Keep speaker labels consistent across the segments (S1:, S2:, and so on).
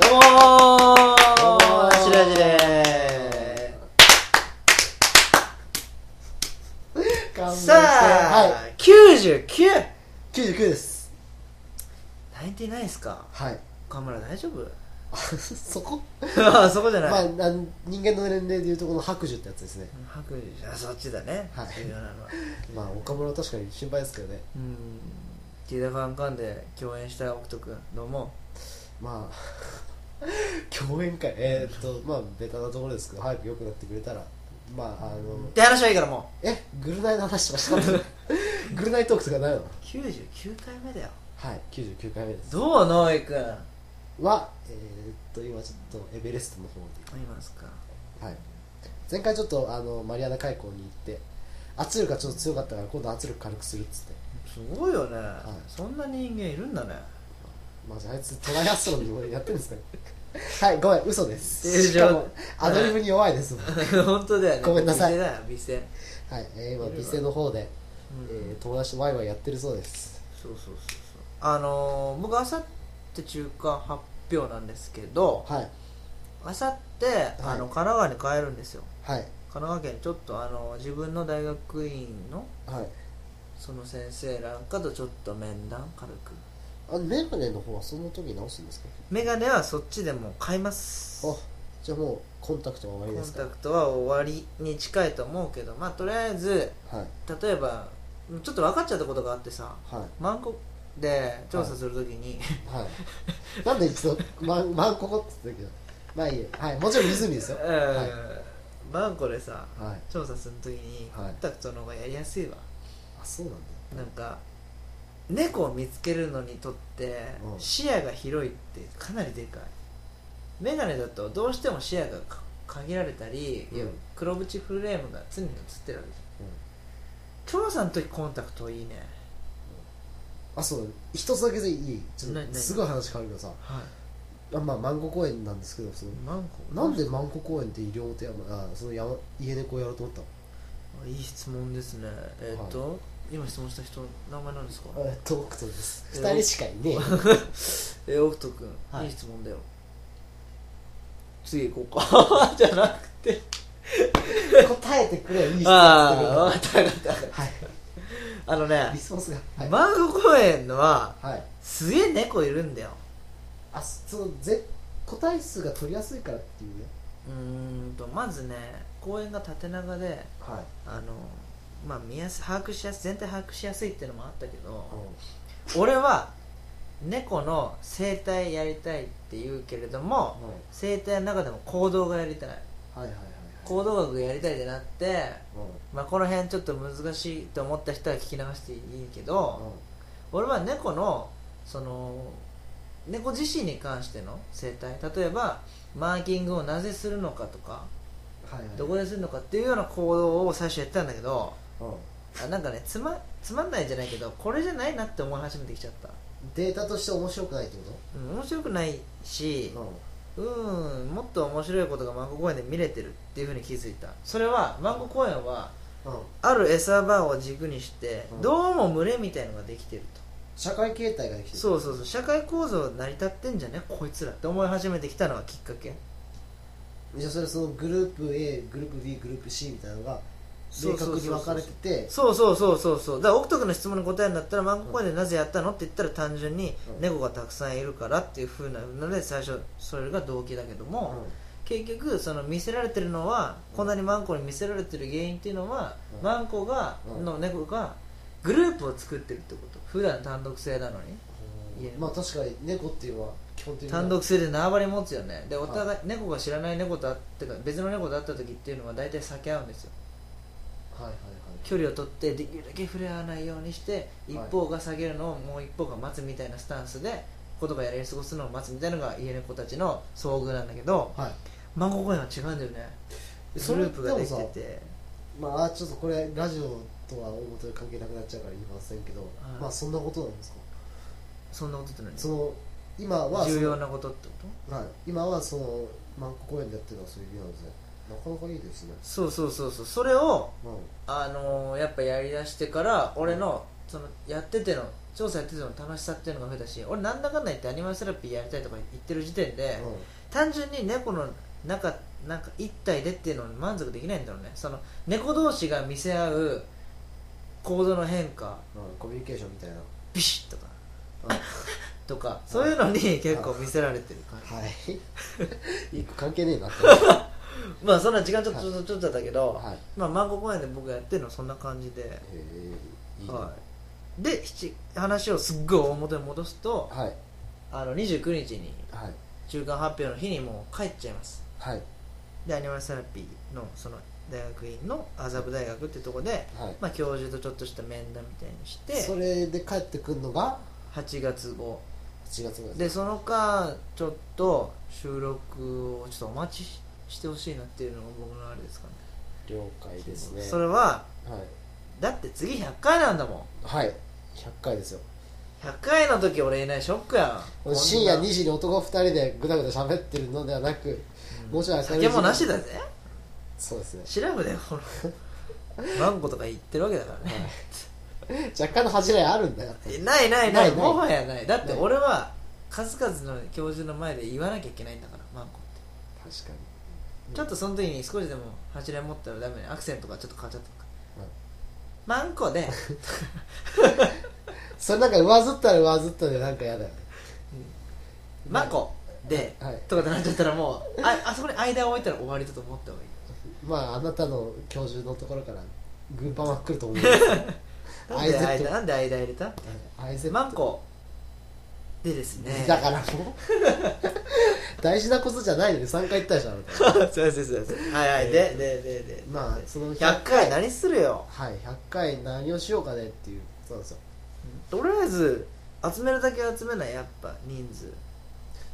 S1: どうも
S2: どうも
S1: ー
S2: 白地で
S1: ー
S2: す
S1: さあ、
S2: は
S1: 99
S2: い、99です
S1: 泣いてないですか
S2: はい
S1: 岡村大丈夫
S2: そこ、
S1: あそこじゃない、
S2: まあ、なん人間の年齢でいうとこの白寿ってやつですね
S1: 白衣じゃあそっちだね、
S2: はい
S1: 重要なのは
S2: まあ岡村は確かに心配ですけどね
S1: うんティーダファンカンで共演した北斗君どうも
S2: まあ 共演会えー、っとまあベタなところですけど早く良くなってくれたらまああの
S1: って話はいいからも
S2: えグルナイの話とか したのグルナイトークとかないの
S1: う99回目だよ
S2: はい99回目です
S1: どうノイ君
S2: はえー、っと今ちょっとエベレストの方で
S1: 今ですか
S2: はい、前回ちょっとあのマリアナ海溝に行って圧力がちょっと強かったから今度圧力軽くするっつって、
S1: すごいよね、
S2: い
S1: そんな人間いるんだね
S2: まあ、あいつトライアスロンでもやってるんですかねはいごめん嘘で
S1: え
S2: す
S1: ー
S2: しか
S1: じゃ
S2: もアドリブに弱いですもんはい、
S1: 本当だよね
S2: ごめんなさい
S1: 美声だよ美声、うん
S2: えー、今店の方で、えー友達とワイワイやってるそうです
S1: そうそうそうそうあのー僕あさって中間発表なんですけど
S2: はい
S1: あさってあの神奈川に帰るんですよ
S2: はい
S1: 神奈川県ちょっとあの自分の大学院の
S2: はい
S1: その先生なんかとちょっと面談軽く
S2: あメガネの方はその時直すんですか
S1: メガネはそっちでもう買います
S2: あじゃあもうコンタクトは終わり
S1: コ
S2: で
S1: ン
S2: す
S1: タ
S2: か
S1: クトは終わりに近いと思うけどまあとりあえず
S2: はい
S1: 例えばちょっと分かっちゃったことがあってさ
S2: はい
S1: マンコで調査するときに、
S2: はいなんで一度マンマンココって言ったけどまあいいやはいもちろん湖ですよ
S1: えーマンコでさ
S2: はい
S1: 調査するときにコ
S2: はい
S1: ンタクトの方がやりやすいわ、
S2: あそうなんだ
S1: なんか猫を見つけるのにとって
S2: うん
S1: 視野が広いってかなりでかいメガネだとどうしても視野がか限られたり、
S2: うん
S1: いや黒縁フレームが常に映ってるわけじゃん調査の時コンタクトいいね
S2: あそう一つだけでいいちょっ
S1: な何
S2: とすごい話変わるけどさ
S1: は
S2: あまあマンコ公園なんですけどその
S1: いマンコ
S2: なんでマンコ公園って医療ってやまあその山家猫をやろうと思ったの
S1: あいい質問ですねえーっ、と、今質問した人の名前なんですか
S2: えっと北斗です
S1: え
S2: 二人しかいねえ よ
S1: えー、奥斗君、
S2: はい
S1: い、い質問だよ次行こうか じゃなくて
S2: 答えてくれよいい質問してくれよ
S1: ああ
S2: は
S1: 分かった分かった分かっ
S2: い
S1: たあの
S2: リ
S1: ね
S2: スポンスがはい、
S1: マンゴ公園のは
S2: はい、
S1: すげえ猫いるんだよ
S2: あそのぜ個体数が取りやすいからっていうね
S1: うーんとまずね公園が縦長で
S2: はい
S1: あのまあ見やす把握しやす全体把握しやすいっていうのもあったけど
S2: う
S1: 俺は猫の生態やりたいって言うけれども
S2: んはい
S1: 生態の中でも行動がやりたい
S2: はいはいはい
S1: 行動学やりたいじゃなくて
S2: うんうん
S1: まあ、この辺ちょっと難しいと思った人は聞き流していいけど、俺は猫のその猫自身に関しての生態例えばマーキングをなぜするのかとか、
S2: はいはい
S1: どこでするのかっていうような行動を最初やってたんだけど
S2: うん
S1: あなんかねつまつまんないじゃないけどこれじゃないなって思い始めてきちゃった、
S2: データとして面白くないってこ
S1: うん、面白くないし
S2: とうん
S1: うーんもっと面白いことがマンゴー公園で見れてるっていうふうに気づいたそれはマンゴー公園は
S2: うん
S1: ある餌場を軸にして、
S2: うん
S1: どうも群れみたいのができてると
S2: 社会形態ができてる
S1: そうそうそう社会構造成り立ってんじゃねこいつらって思い始めてきたのがきっかけ
S2: じゃあそれそのグループ A グループ B グループ C みたいなのが
S1: そ
S2: 明
S1: うそうそうそう
S2: 確に分かれてて
S1: そうそうそうそうそうだから奥徳の質問に答えになったらマンゴー公園でなぜやったのって言ったら単純に
S2: うん
S1: 猫がたくさんいるからっていうふうなので最初それが動機だけど
S2: うん
S1: も、結局その見せられてるのは
S2: うん
S1: こんなにマンコに見せられてる原因っていうのは、
S2: うん
S1: マンコが
S2: うん
S1: の猫がグループを作ってるってこと普段単独性なのに
S2: うん
S1: いや
S2: まあ確かに猫っていうのは基本的に
S1: 単独性で縄張り持つよねでお互い
S2: は
S1: 猫が知らない猫と会ってか別の猫と会った時っていうのは大体避け合うんですよ
S2: はいはいはい
S1: 距離を取ってできるだけ触れ合わないようにして一方が下げるのをもう一方が待つみたいなスタンスで子とかやり過ごすのを待つみたいなのが家猫たちの遭遇なんだけど
S2: はい
S1: マンゴー公園は違うんだよね
S2: そ
S1: グ
S2: れ
S1: ループができ
S2: で
S1: て
S2: もさ
S1: て
S2: まああちょっとこれラジオとは表で関係なくなっちゃうから言いませんけど、まあそんなことなんですか
S1: そんなことって何
S2: その今はその
S1: 重要なことってこと
S2: はい今はそのマンコ公園でやってるのはそういう意味なんですねなかなかいいですね
S1: そうそうそうそうそれを
S2: うん
S1: あのーやっぱやりだしてから俺のそのやってての調査やってての楽しさっていうのが増えたし俺なんだかんだ言ってアニマルセラピーやりたいとか言ってる時点で、単純に猫の中なんか一体でっていうのに満足できないんだろうねその猫同士が見せ合う行動の変化
S2: うんうんコミュニケーションみたいな、
S1: ビシッとか
S2: うん
S1: とかそういうのに結構見せられてる感じ
S2: はい一個関係ねえなって
S1: まあそんな時間ちょっと
S2: はい
S1: ちょっとちょっとだったけど、
S2: はいへ
S1: まあマンゴー公園で僕がやってるのはそんな感じで、
S2: えいいね
S1: はい、で七話をすっごい大元に戻すと
S2: はい
S1: あの29日に
S2: はい
S1: 中間発表の日にもう帰っちゃいます
S2: はい
S1: でアニマルセラピーのその大学院の麻布大学ってとこで、
S2: はい
S1: まあ、教授とちょっとした面談みたいにして
S2: それで帰ってくるのが
S1: 8月後
S2: 8月ぐらい
S1: でその間ちょっと収録をちょっとお待ちししてほしいなっていうのが僕のあれですかね
S2: 了解ですね
S1: それは
S2: はい
S1: だって次100回なんだもん
S2: はい100回ですよ
S1: 100回の時俺いないショックやん
S2: 深夜2
S1: 時
S2: 時に男2人でぐだぐだ喋ってるのではなくもうちょい明るい時間
S1: 酒もなしだぜ
S2: そうですね
S1: 調 べだよこのマンゴとか言ってるわけだからね、
S2: 若干の恥じらいあるんだよ
S1: えないないない
S2: ないない
S1: もはやないだって
S2: ない
S1: 俺は数々の教授の前で言わなきゃいけないんだからマンコって、
S2: 確かうん
S1: ちょっとその時に少しでも柱持ったらダメねアクセントがちょっと変わっちゃったのか、
S2: うん
S1: マン コで
S2: にそれなんか上ずったら上ずったでなんか嫌だよね
S1: マンコで、
S2: はい
S1: とかってなっちゃったらもうああそこに間を置いたら終わりだと思った方がいい
S2: まああなたの教授のところから軍パンは来ると思うんですけど
S1: なんで
S2: IZ
S1: 間なんで間入れた
S2: はい IZ
S1: マンコでですね
S2: だからもう 大事なことじゃないのに3回言ったでしょあな た
S1: そうそうそうそうはいはい、でででで
S2: まあその
S1: 100回何するよ
S2: はい100回何をしようかねっていうそうなんですよ
S1: とりあえず集めるだけ集めないやっぱ人数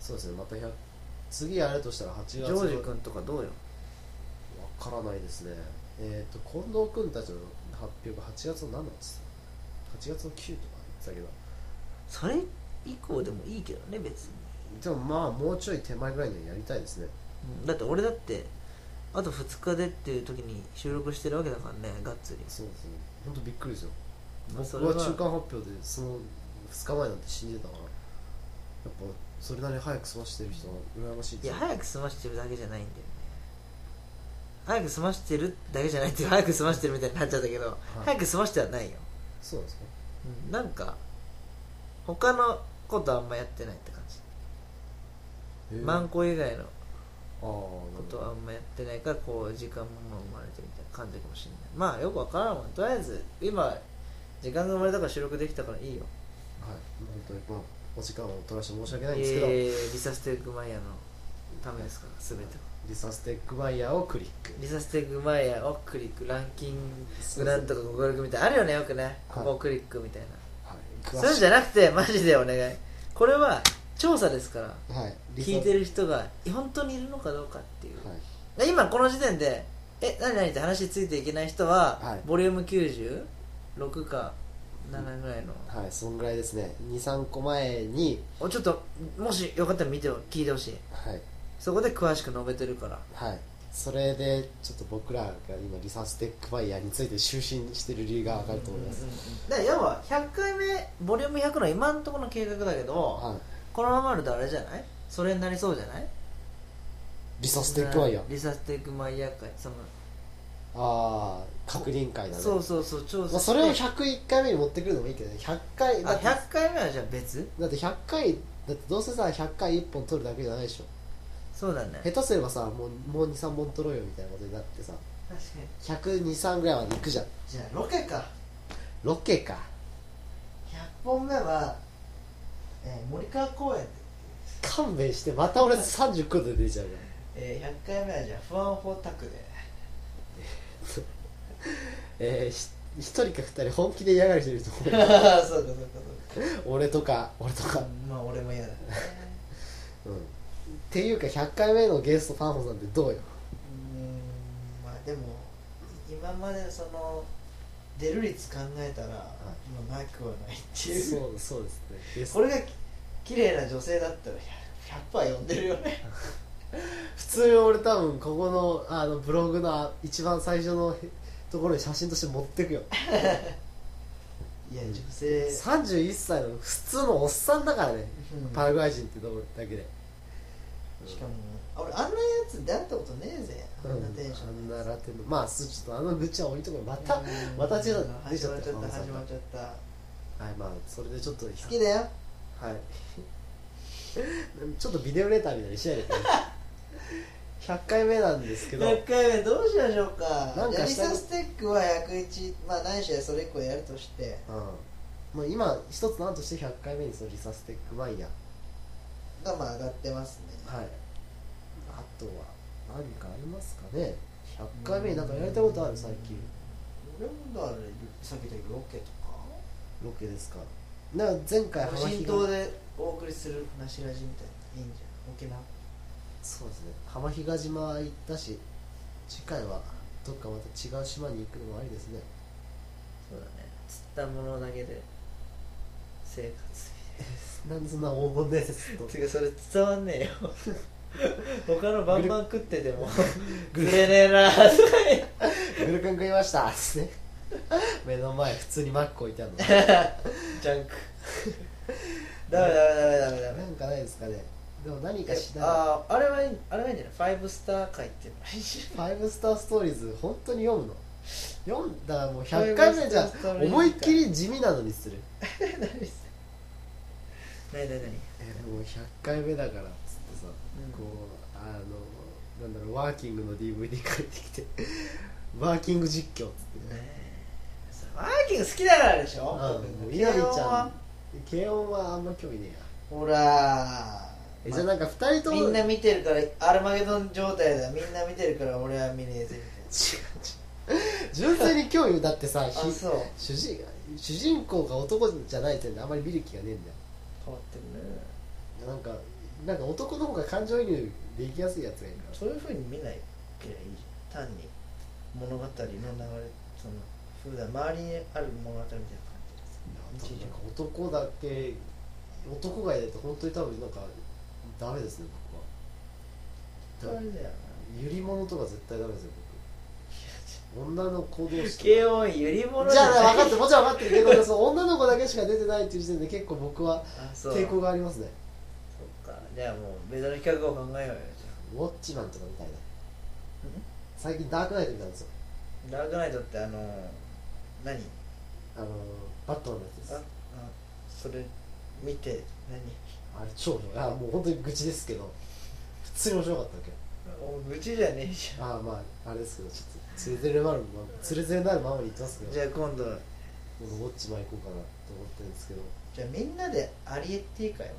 S2: そうですねまた100次やるとしたら8月
S1: ジ
S2: の
S1: ョージ君とかどうよ
S2: わからないですねえっ、と近藤君たちの発表が8月の何なんです8月の9とか言ってたけど
S1: それ以降でもいいけどね別に、
S2: でもまあもうちょい手前ぐらいにはやりたいですね
S1: うんだって俺だってあと2日でっていう時に収録してるわけだからねがっつり
S2: そうですね本当びっくりですよ
S1: まあそ
S2: 僕
S1: れは
S2: は中間発表でその2日前なんて死んでたからやっぱそれなりに早く済ましてる人は羨ましいで
S1: い
S2: す
S1: や
S2: よ
S1: 早く済ましてるだけじゃないんだよね早く済ましてるだけじゃないっていう早く済ましてるみたいになっちゃったけど、早く済ましてはないよ、
S2: そうなんですね
S1: うん、なんか他のことあんまやってないって感じ、
S2: へー
S1: マンコ以外の
S2: ああなるほ
S1: こと
S2: ど
S1: はあんまやってないからこう時間も生まれてみたいな感じかもしれないまあよくわからんわとりあえず今時間が生まれたから収録できたからいいよ
S2: はい、本当にまあお時間を取らせて申し訳ないんですけど、
S1: えー、リサステックマイヤーのためですから全ては
S2: リサステックバイヤーをクリック
S1: リサステックマイヤーをクリックランキングなんとかご協力みたいなあるよねよくねここをクリックみたい
S2: はい
S1: な、
S2: 詳し
S1: そうじゃなくてマジでお願いこれは調査ですから
S2: はいリサ
S1: 聞いてる人が本当にいるのかどうかっていう、
S2: はい
S1: で今この時点で「え何何?」って話ついていけない人は、
S2: はい
S1: ボリューム96か7ぐらいの、
S2: はい、そんぐらいですね23個前に
S1: おちょっともしよかったら見てほ聞いてほしい
S2: はい
S1: そこで詳しく述べてるから
S2: はいそれでちょっと僕らが今リサステックバイヤーについて就寝してる理由がわかると思います、
S1: で要は100回目ボリューム100の今のところの計画だけど、
S2: はい
S1: このままあるとあれじゃないそれになりそうじゃない
S2: リサステックバイヤー
S1: リサステックマイヤー会その、
S2: ああ確認会だね
S1: そうそうそう調査
S2: まあ、それを101回目に持ってくるのもいいけどね100回だ
S1: あ
S2: って
S1: 100回目はじゃあ別
S2: だって100回だってどうせさ100回1本取るだけじゃないでしょ
S1: そうだね
S2: 下
S1: 確
S2: 手すればさもうもう23本取ろうよみたいなことになってさ
S1: かに
S2: 1023ぐらいまで行くじゃん
S1: じゃあロケか
S2: ロケか
S1: 100本目は、えー森川公園で、
S2: 勘弁してまた俺39度出ちゃうじゃん
S1: えー、100回目はじゃあ不安法宅で
S2: えーひ一人か二人本気で嫌がる人いると
S1: そう
S2: 思う
S1: かそうかそうか
S2: 俺とか俺とか
S1: まあ俺も嫌だね
S2: うんっていうか100回目のゲストパンホさんってどうよ
S1: うーんまあでも今までその出る率考えたら、まあなくはないっていう
S2: うそうですねゲスト
S1: これが綺麗な女性だったら100%呼んでるよね
S2: 普通に俺多分ここのあのブログのあ一番最初のへところに写真として持ってくよ
S3: いや女性、
S2: 31歳の普通のおっさんだからね
S3: うん
S2: パラグアイ人ってとこだけで
S3: しかもあ俺あんなやつ出会ったことねえぜあんなテンショ
S2: あ
S3: ン
S2: ん
S3: で
S2: なラテンのまあすちょっとあの愚痴は置いとこうまた、
S3: うん
S2: またちょっと出
S3: 始
S2: ちゃ
S3: ま
S2: っ
S3: っち
S2: た
S3: ゃった始まっ
S2: は
S3: ちゃった
S2: いまあそれでちょっと好
S3: 好きだよ
S2: はい ちょっとビデオレターみたいにしないでくだ さい100回目なんですけど
S3: 100回目どうしましょうか
S2: なん
S3: や
S2: か
S3: り
S2: したい
S3: さステックは101まあないしはそれ以降やるとして
S2: うんもう今一つ何として100回目にそのリサステックマイヤー
S3: がまあ上がってますね
S2: はいあとは何かありますかね100回目になんかやりたいことある最近
S3: 俺もだからさっき言ったロケと
S2: ロケですかなんか前回
S3: か
S2: 話
S3: 無
S2: が
S3: 人島でお送りするなしラジみたいないいんじゃん沖縄
S2: そうですね浜比嘉島行ったし次回はどっかまた違う島に行くのもありですね
S1: そうだね釣ったものだけで生活み
S2: なんでそんな黄金伝説と
S1: たいなてかそれ伝わんねえよ 他のバンバン食っててもグレねえなーとか言って
S2: グルクン食いましたっつって目の前普通にマック置いてあるの
S1: ジャン クダメダメダメダメダメ
S2: なんかないですかねでも何かしながら
S1: あああれはいいあれはいいんじゃないファイブスター会っていうのがいいんじ
S2: ファイブスターストーリーズ本当に読むの読んだらもう100回目じゃ
S1: ファイブスターストーリーズ
S2: 思いっきり地味なのにする
S1: ゃない何それ何何何
S2: えーもう100回目だからっつって
S1: う
S2: さ、
S1: ん
S2: こうあのなんだろうワーキングの DVD 帰ってきてワーキング実況っつって
S1: ねえそれワーキング好きだからでし
S2: あ
S1: ょ
S2: もう
S1: 軽
S2: 稲荷
S1: 音
S2: ちゃ
S1: は
S2: ん軽音はあんま興味ねえや
S3: ほら
S2: え、じゃあなんか2人とも
S3: みんな見てるからアルマゲドン状態だみんな見てるから俺は見ねえぜみ
S2: 純粋に興味だってさひ
S3: たいなあそう
S2: 主人主人公が男じゃないってあんまり見る気がねえんだよ
S1: 変わってるね
S2: なんかなんか男の方が感情移入できやすいやつがいるから
S3: そういうふうに見ないけりゃいいじゃん単に物語の流れその普段周りにある物語みたいな感
S2: なん
S3: じで
S2: か男だけ男がいないと本当に多分なんかダメですね
S3: す
S2: 僕
S3: あ
S2: は
S3: れだよな
S2: ゆり物とか絶対ダメですよ僕女の行動してじ
S1: 軽音ゆりもの
S2: ゃ
S1: な
S2: あ
S1: い
S2: 分かってもちろん分かってるけどその女の子だけしか出てないっていう時点で結構僕は
S1: あそう
S2: 抵抗がありますね
S1: そっかじゃあもう別の企画を考えようよ
S2: ウォッチマンとかみたいな最近ダークナイト見たんですよ
S1: じゃあダークナイトってあの
S3: 何
S2: あのバットマンのやつです
S3: ああそれ見て何
S2: あれ超面白いあもう本当に愚痴ですけど普通に面白かったわけ
S1: お愚痴じゃねえじ
S2: ああまああれですけどちょっと連れてるなるまま連れてるなるままに言ってますけ
S1: ゃん
S2: ど
S1: じゃあ今度
S2: このウォッチマン行こうかなと思ってるんですけど
S3: じゃあみんなでアリエッティ会は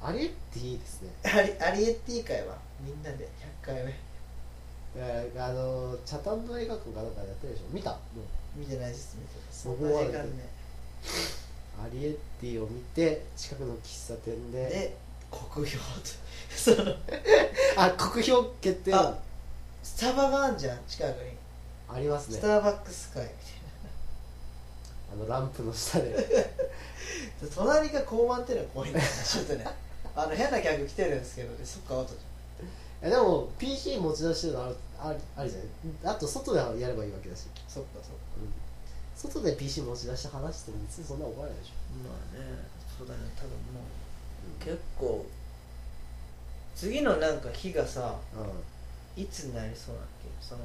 S2: あれっていいですね
S3: アリアリエッティ会はみんなで100回目
S2: えーあのー北谷の映画館かなんかやってるでしょ見たもう
S3: 見てないです見てないそ
S2: そ
S3: ん
S2: こ
S3: な
S2: は
S3: 時間ね
S2: アリエッティを見て近くの喫茶店で
S3: で国評とその
S2: あ酷評決定
S3: あ
S2: あ
S3: スタバがあんじゃん近くに
S2: りますね
S3: スターバックス会みたい
S2: あのランプの下で
S3: なで隣が交番っていうのが怖いんだよねちょっとね あの変な客来てるんですけどそっかアウトじ
S2: えでも PC 持ち出してるのあるあるあるじゃないあと外でやればいいわけだ
S3: ゃ
S2: し、
S3: んそっかそっか
S2: うん外で PC 持ち出して話しても別にそんな怒らないでしょ
S1: まあねそうだね多分もう結構次のなんか日がさ
S2: うん
S1: いつになりそうだっけその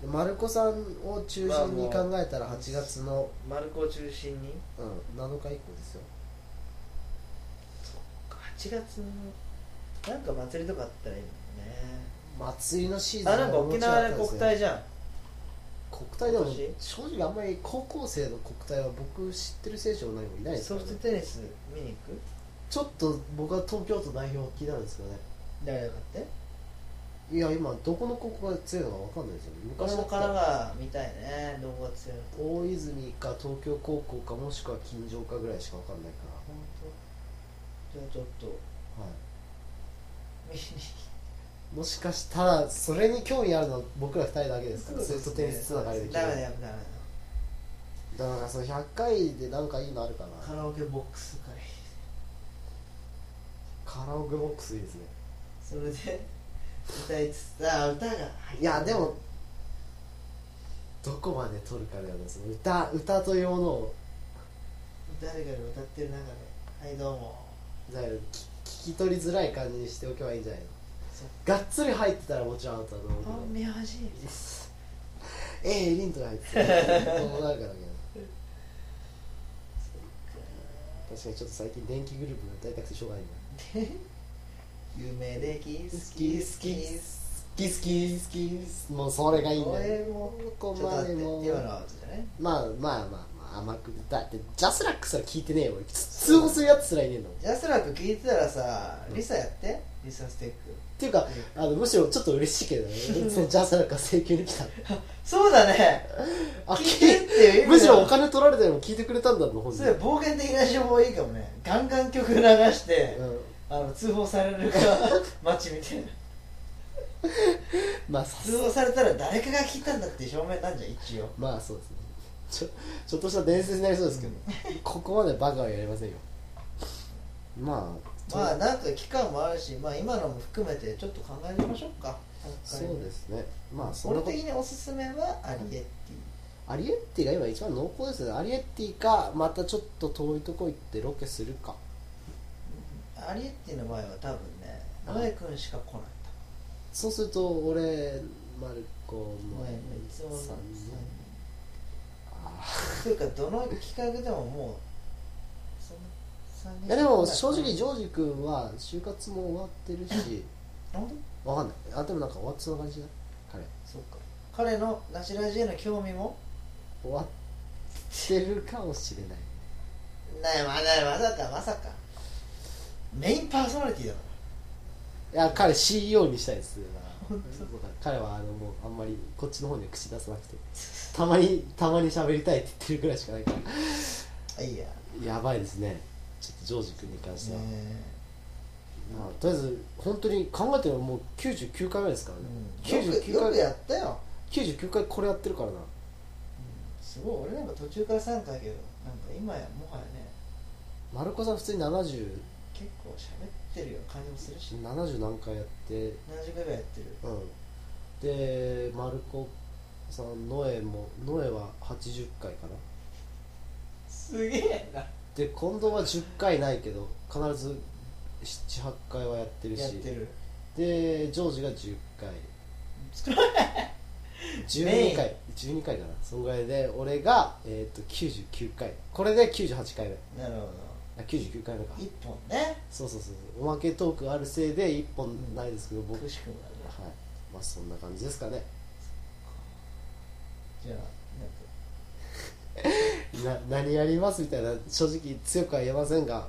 S2: で丸子さんを中
S1: まあ
S2: 心
S1: も
S2: に
S1: う
S2: 考えたら8月の、
S1: 丸子を中心に
S2: うん、7日以降ですよ
S1: 8月のなんか祭りとかあったらいいのね
S2: 祭りのシーズン
S1: あなんか沖縄で
S2: もう
S1: 国
S2: ちょっとあった
S1: 体
S2: ん
S1: じゃん
S2: ですよ国体でも
S1: 今年
S2: 正直あんまり高校生の国体は僕知ってる選手も何もいないです
S1: ソ
S2: から
S1: フ
S2: ね
S1: トテニス見に行く
S2: ちょっと僕は東京都代表気になるんですけどね
S3: 誰が買って
S2: いや今どこの高校が強いのか分かんないですよね
S3: 俺
S2: 昔だ
S3: も神
S2: った
S3: 奈
S2: ら
S3: 川見たいね動画強いの
S2: 大泉か東京高校かもしくは金城かぐらいしか分かんないか
S3: 本当じゃあちょっと
S2: ら、
S3: 見
S2: はい、
S3: に
S2: もしかしたらそれに興味あるのは僕ら2人だけですから
S3: そうですね
S2: ソフトテニスつながりで聞いて
S3: ダメだよダメだよ
S2: だからその100回でなんかいいのあるか
S3: カ
S2: な
S3: ラオケボックス会
S2: カラオケボックスいいですね
S3: それで歌いつつあ歌が
S2: いやでもどこまで取るかだよねその歌歌というものを
S1: 誰かが歌ってる中で「はいどうも
S2: だからき聞き取りづらい感じにしておけばいいんじゃないの
S1: そっ
S2: がっつり入ってたらもちろんアウトだと思うけど
S1: 本名字」
S2: ええリント が入ってたらどうなるかだけど確かにちょっと最近電気グループが歌いたくてしょうがないんだ
S1: 夢でき好
S2: 好
S1: き
S2: き
S1: 好き
S2: 好き好き好き好きもうそれがいいんだよ
S1: 俺も
S2: こ
S1: ちょっ
S2: こ
S1: と
S2: ま
S1: 待
S2: で
S1: って
S2: も
S1: 今のはじゃない
S2: まあまあまあ、まあ、甘くだってジャスラックすら聞いてねえよ俺通報するやつすらいねえんだもんっ
S1: ジャスラック聞いてたらさリサやってリサステック
S2: ていうかあのむしろちょっと嬉しいけ どねそのジャスラックが請求に来た
S1: そうだね
S2: あ
S1: 聞いてっていう意味では
S2: むしろお金取られたよりも聞いてくれたんだもん本
S1: そういう
S2: 人
S1: 冒険的な情報いいかもねガンガン曲流して、
S2: うん
S1: あの通報されるか 街みたいな
S2: まあさす
S1: 通報されたら誰かが聞いたんだっていう証明なんじゃん一応
S2: まあそうですねちょちょっとした伝説になりそうですけど、ここまでバカはやりませんよまあ
S1: まあなんか期間もあるし、まあ、今のも含めてちょっと考えましょうか
S2: そうですねまあそん
S1: 俺
S2: なこと
S1: 的におすすめはアリエッテ
S2: アリエッティが今一番濃厚ですねアリエッティかまたちょっと遠いとこ行ってロケするか
S1: ィアリエッティの場合は多分ね
S2: うん
S1: ノエ君しか来ない
S2: そうすると俺マル
S1: と
S2: コも
S1: 思うノエのいつもの
S2: さんあ
S1: というかどの企画でももうその3
S2: ーいやでも正直ジョージ君は就活も終わってるし
S1: なんで
S2: わかんないあでもなんか終わってそうな感じだ彼
S1: そうか彼のナシラジへの興味も
S2: 終わってるかもしれない
S1: ないまないまさかまさかメインパーソナリティだか
S2: いや彼 CEO にしたいですね
S1: 本
S2: 彼はあのもうあんまりこっちの方には口出さなくてたまにたまに喋りたいって言ってるぐらいしかないから
S1: らいいや
S2: やばいですねちょっとジョージ君に関しては、
S1: ね
S2: まあ、とりあえず本当に考えてももう99回目ですからね、
S1: えうんよく
S2: 99
S1: よく
S2: 回
S1: やったよ
S2: 99回これやってるからな
S1: すごい俺なんか途中から参加だけどなんか今やもはやね
S2: 丸子さん普通に7070
S1: 結構喋ってるよ感じもするし
S2: 何回やって
S1: 何十回ぐらいやってる
S2: うんで丸子さんノエもノエは80回かな
S1: すげえな
S2: で近藤は10回ないけど必ず78回はやってるし
S1: やってる
S2: でジョージが10回
S1: 少ないメイ
S2: 12
S1: ン
S2: 回12回かなそんぐらいで俺が、えー、と99回これで98回目
S1: なるほ
S2: あ99回目か
S1: ど一本ね
S2: そうそうそうそうおまけトークあるせいで1本ないですけど、僕は
S1: く
S2: い
S1: しくもだね
S2: まあそんな感じですかね
S1: じゃあなんか
S2: な何やりますみたいな正直強くは言えませんが、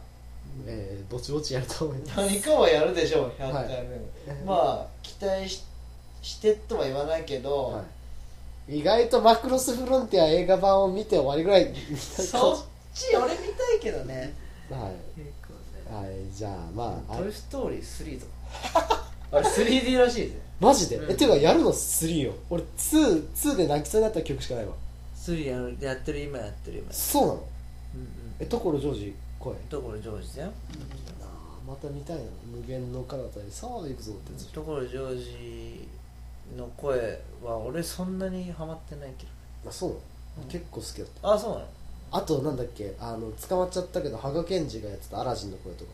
S2: えーぼちぼちやると思います
S1: 何かはやるでしょう100
S2: はい
S1: 回目も、まあ期待ししてとは言わないけど、
S2: はい、意外とマクロスフロンティア映画版を見て終わりぐらい
S1: そっち俺見たいけどね
S2: は
S4: 結構ね
S2: い、はい、じゃあまああ
S4: トイ・ストーリー3とか あれ 3D らしいぜ
S2: マジで、
S4: うん
S2: えていうかやるの3よ俺 2, 2で泣きそうになった曲しかないわ
S4: 3やるやってる今やってる今やって
S2: そうなの
S4: るうん
S2: え所ジョージ声
S4: うんところジョージだよ
S2: あーまた見たいな無限の彼方にさあ行くぞってやつ
S4: ところジョージの声は俺そんなにハマってないけ
S2: あそうなの、
S4: うん
S2: 結構好きだった
S4: どあそうなの
S2: あとなんだっけあの捕まっちゃったけど羽賀健二がやってたアラジンの声とか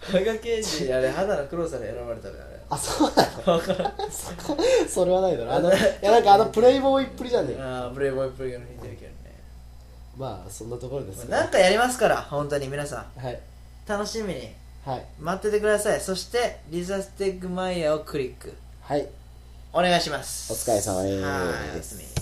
S4: 羽賀健二 あれ肌の黒さで選ばれたね
S2: あそうなの
S4: あ れ
S2: そこそれはないだろあのいやなんかあのプレイボーイっぷりじゃねえ
S4: ああブレイボーイプレイヤーの似てるけどね
S2: まあそんなところですけど
S4: なんかやりますから本当に皆さん
S2: はい
S4: 楽しみに
S2: はい
S4: 待っててくださいそしてリザステックマイヤーをクリック
S2: はい
S4: お願いします
S2: お疲れ様です
S4: はいおやすみ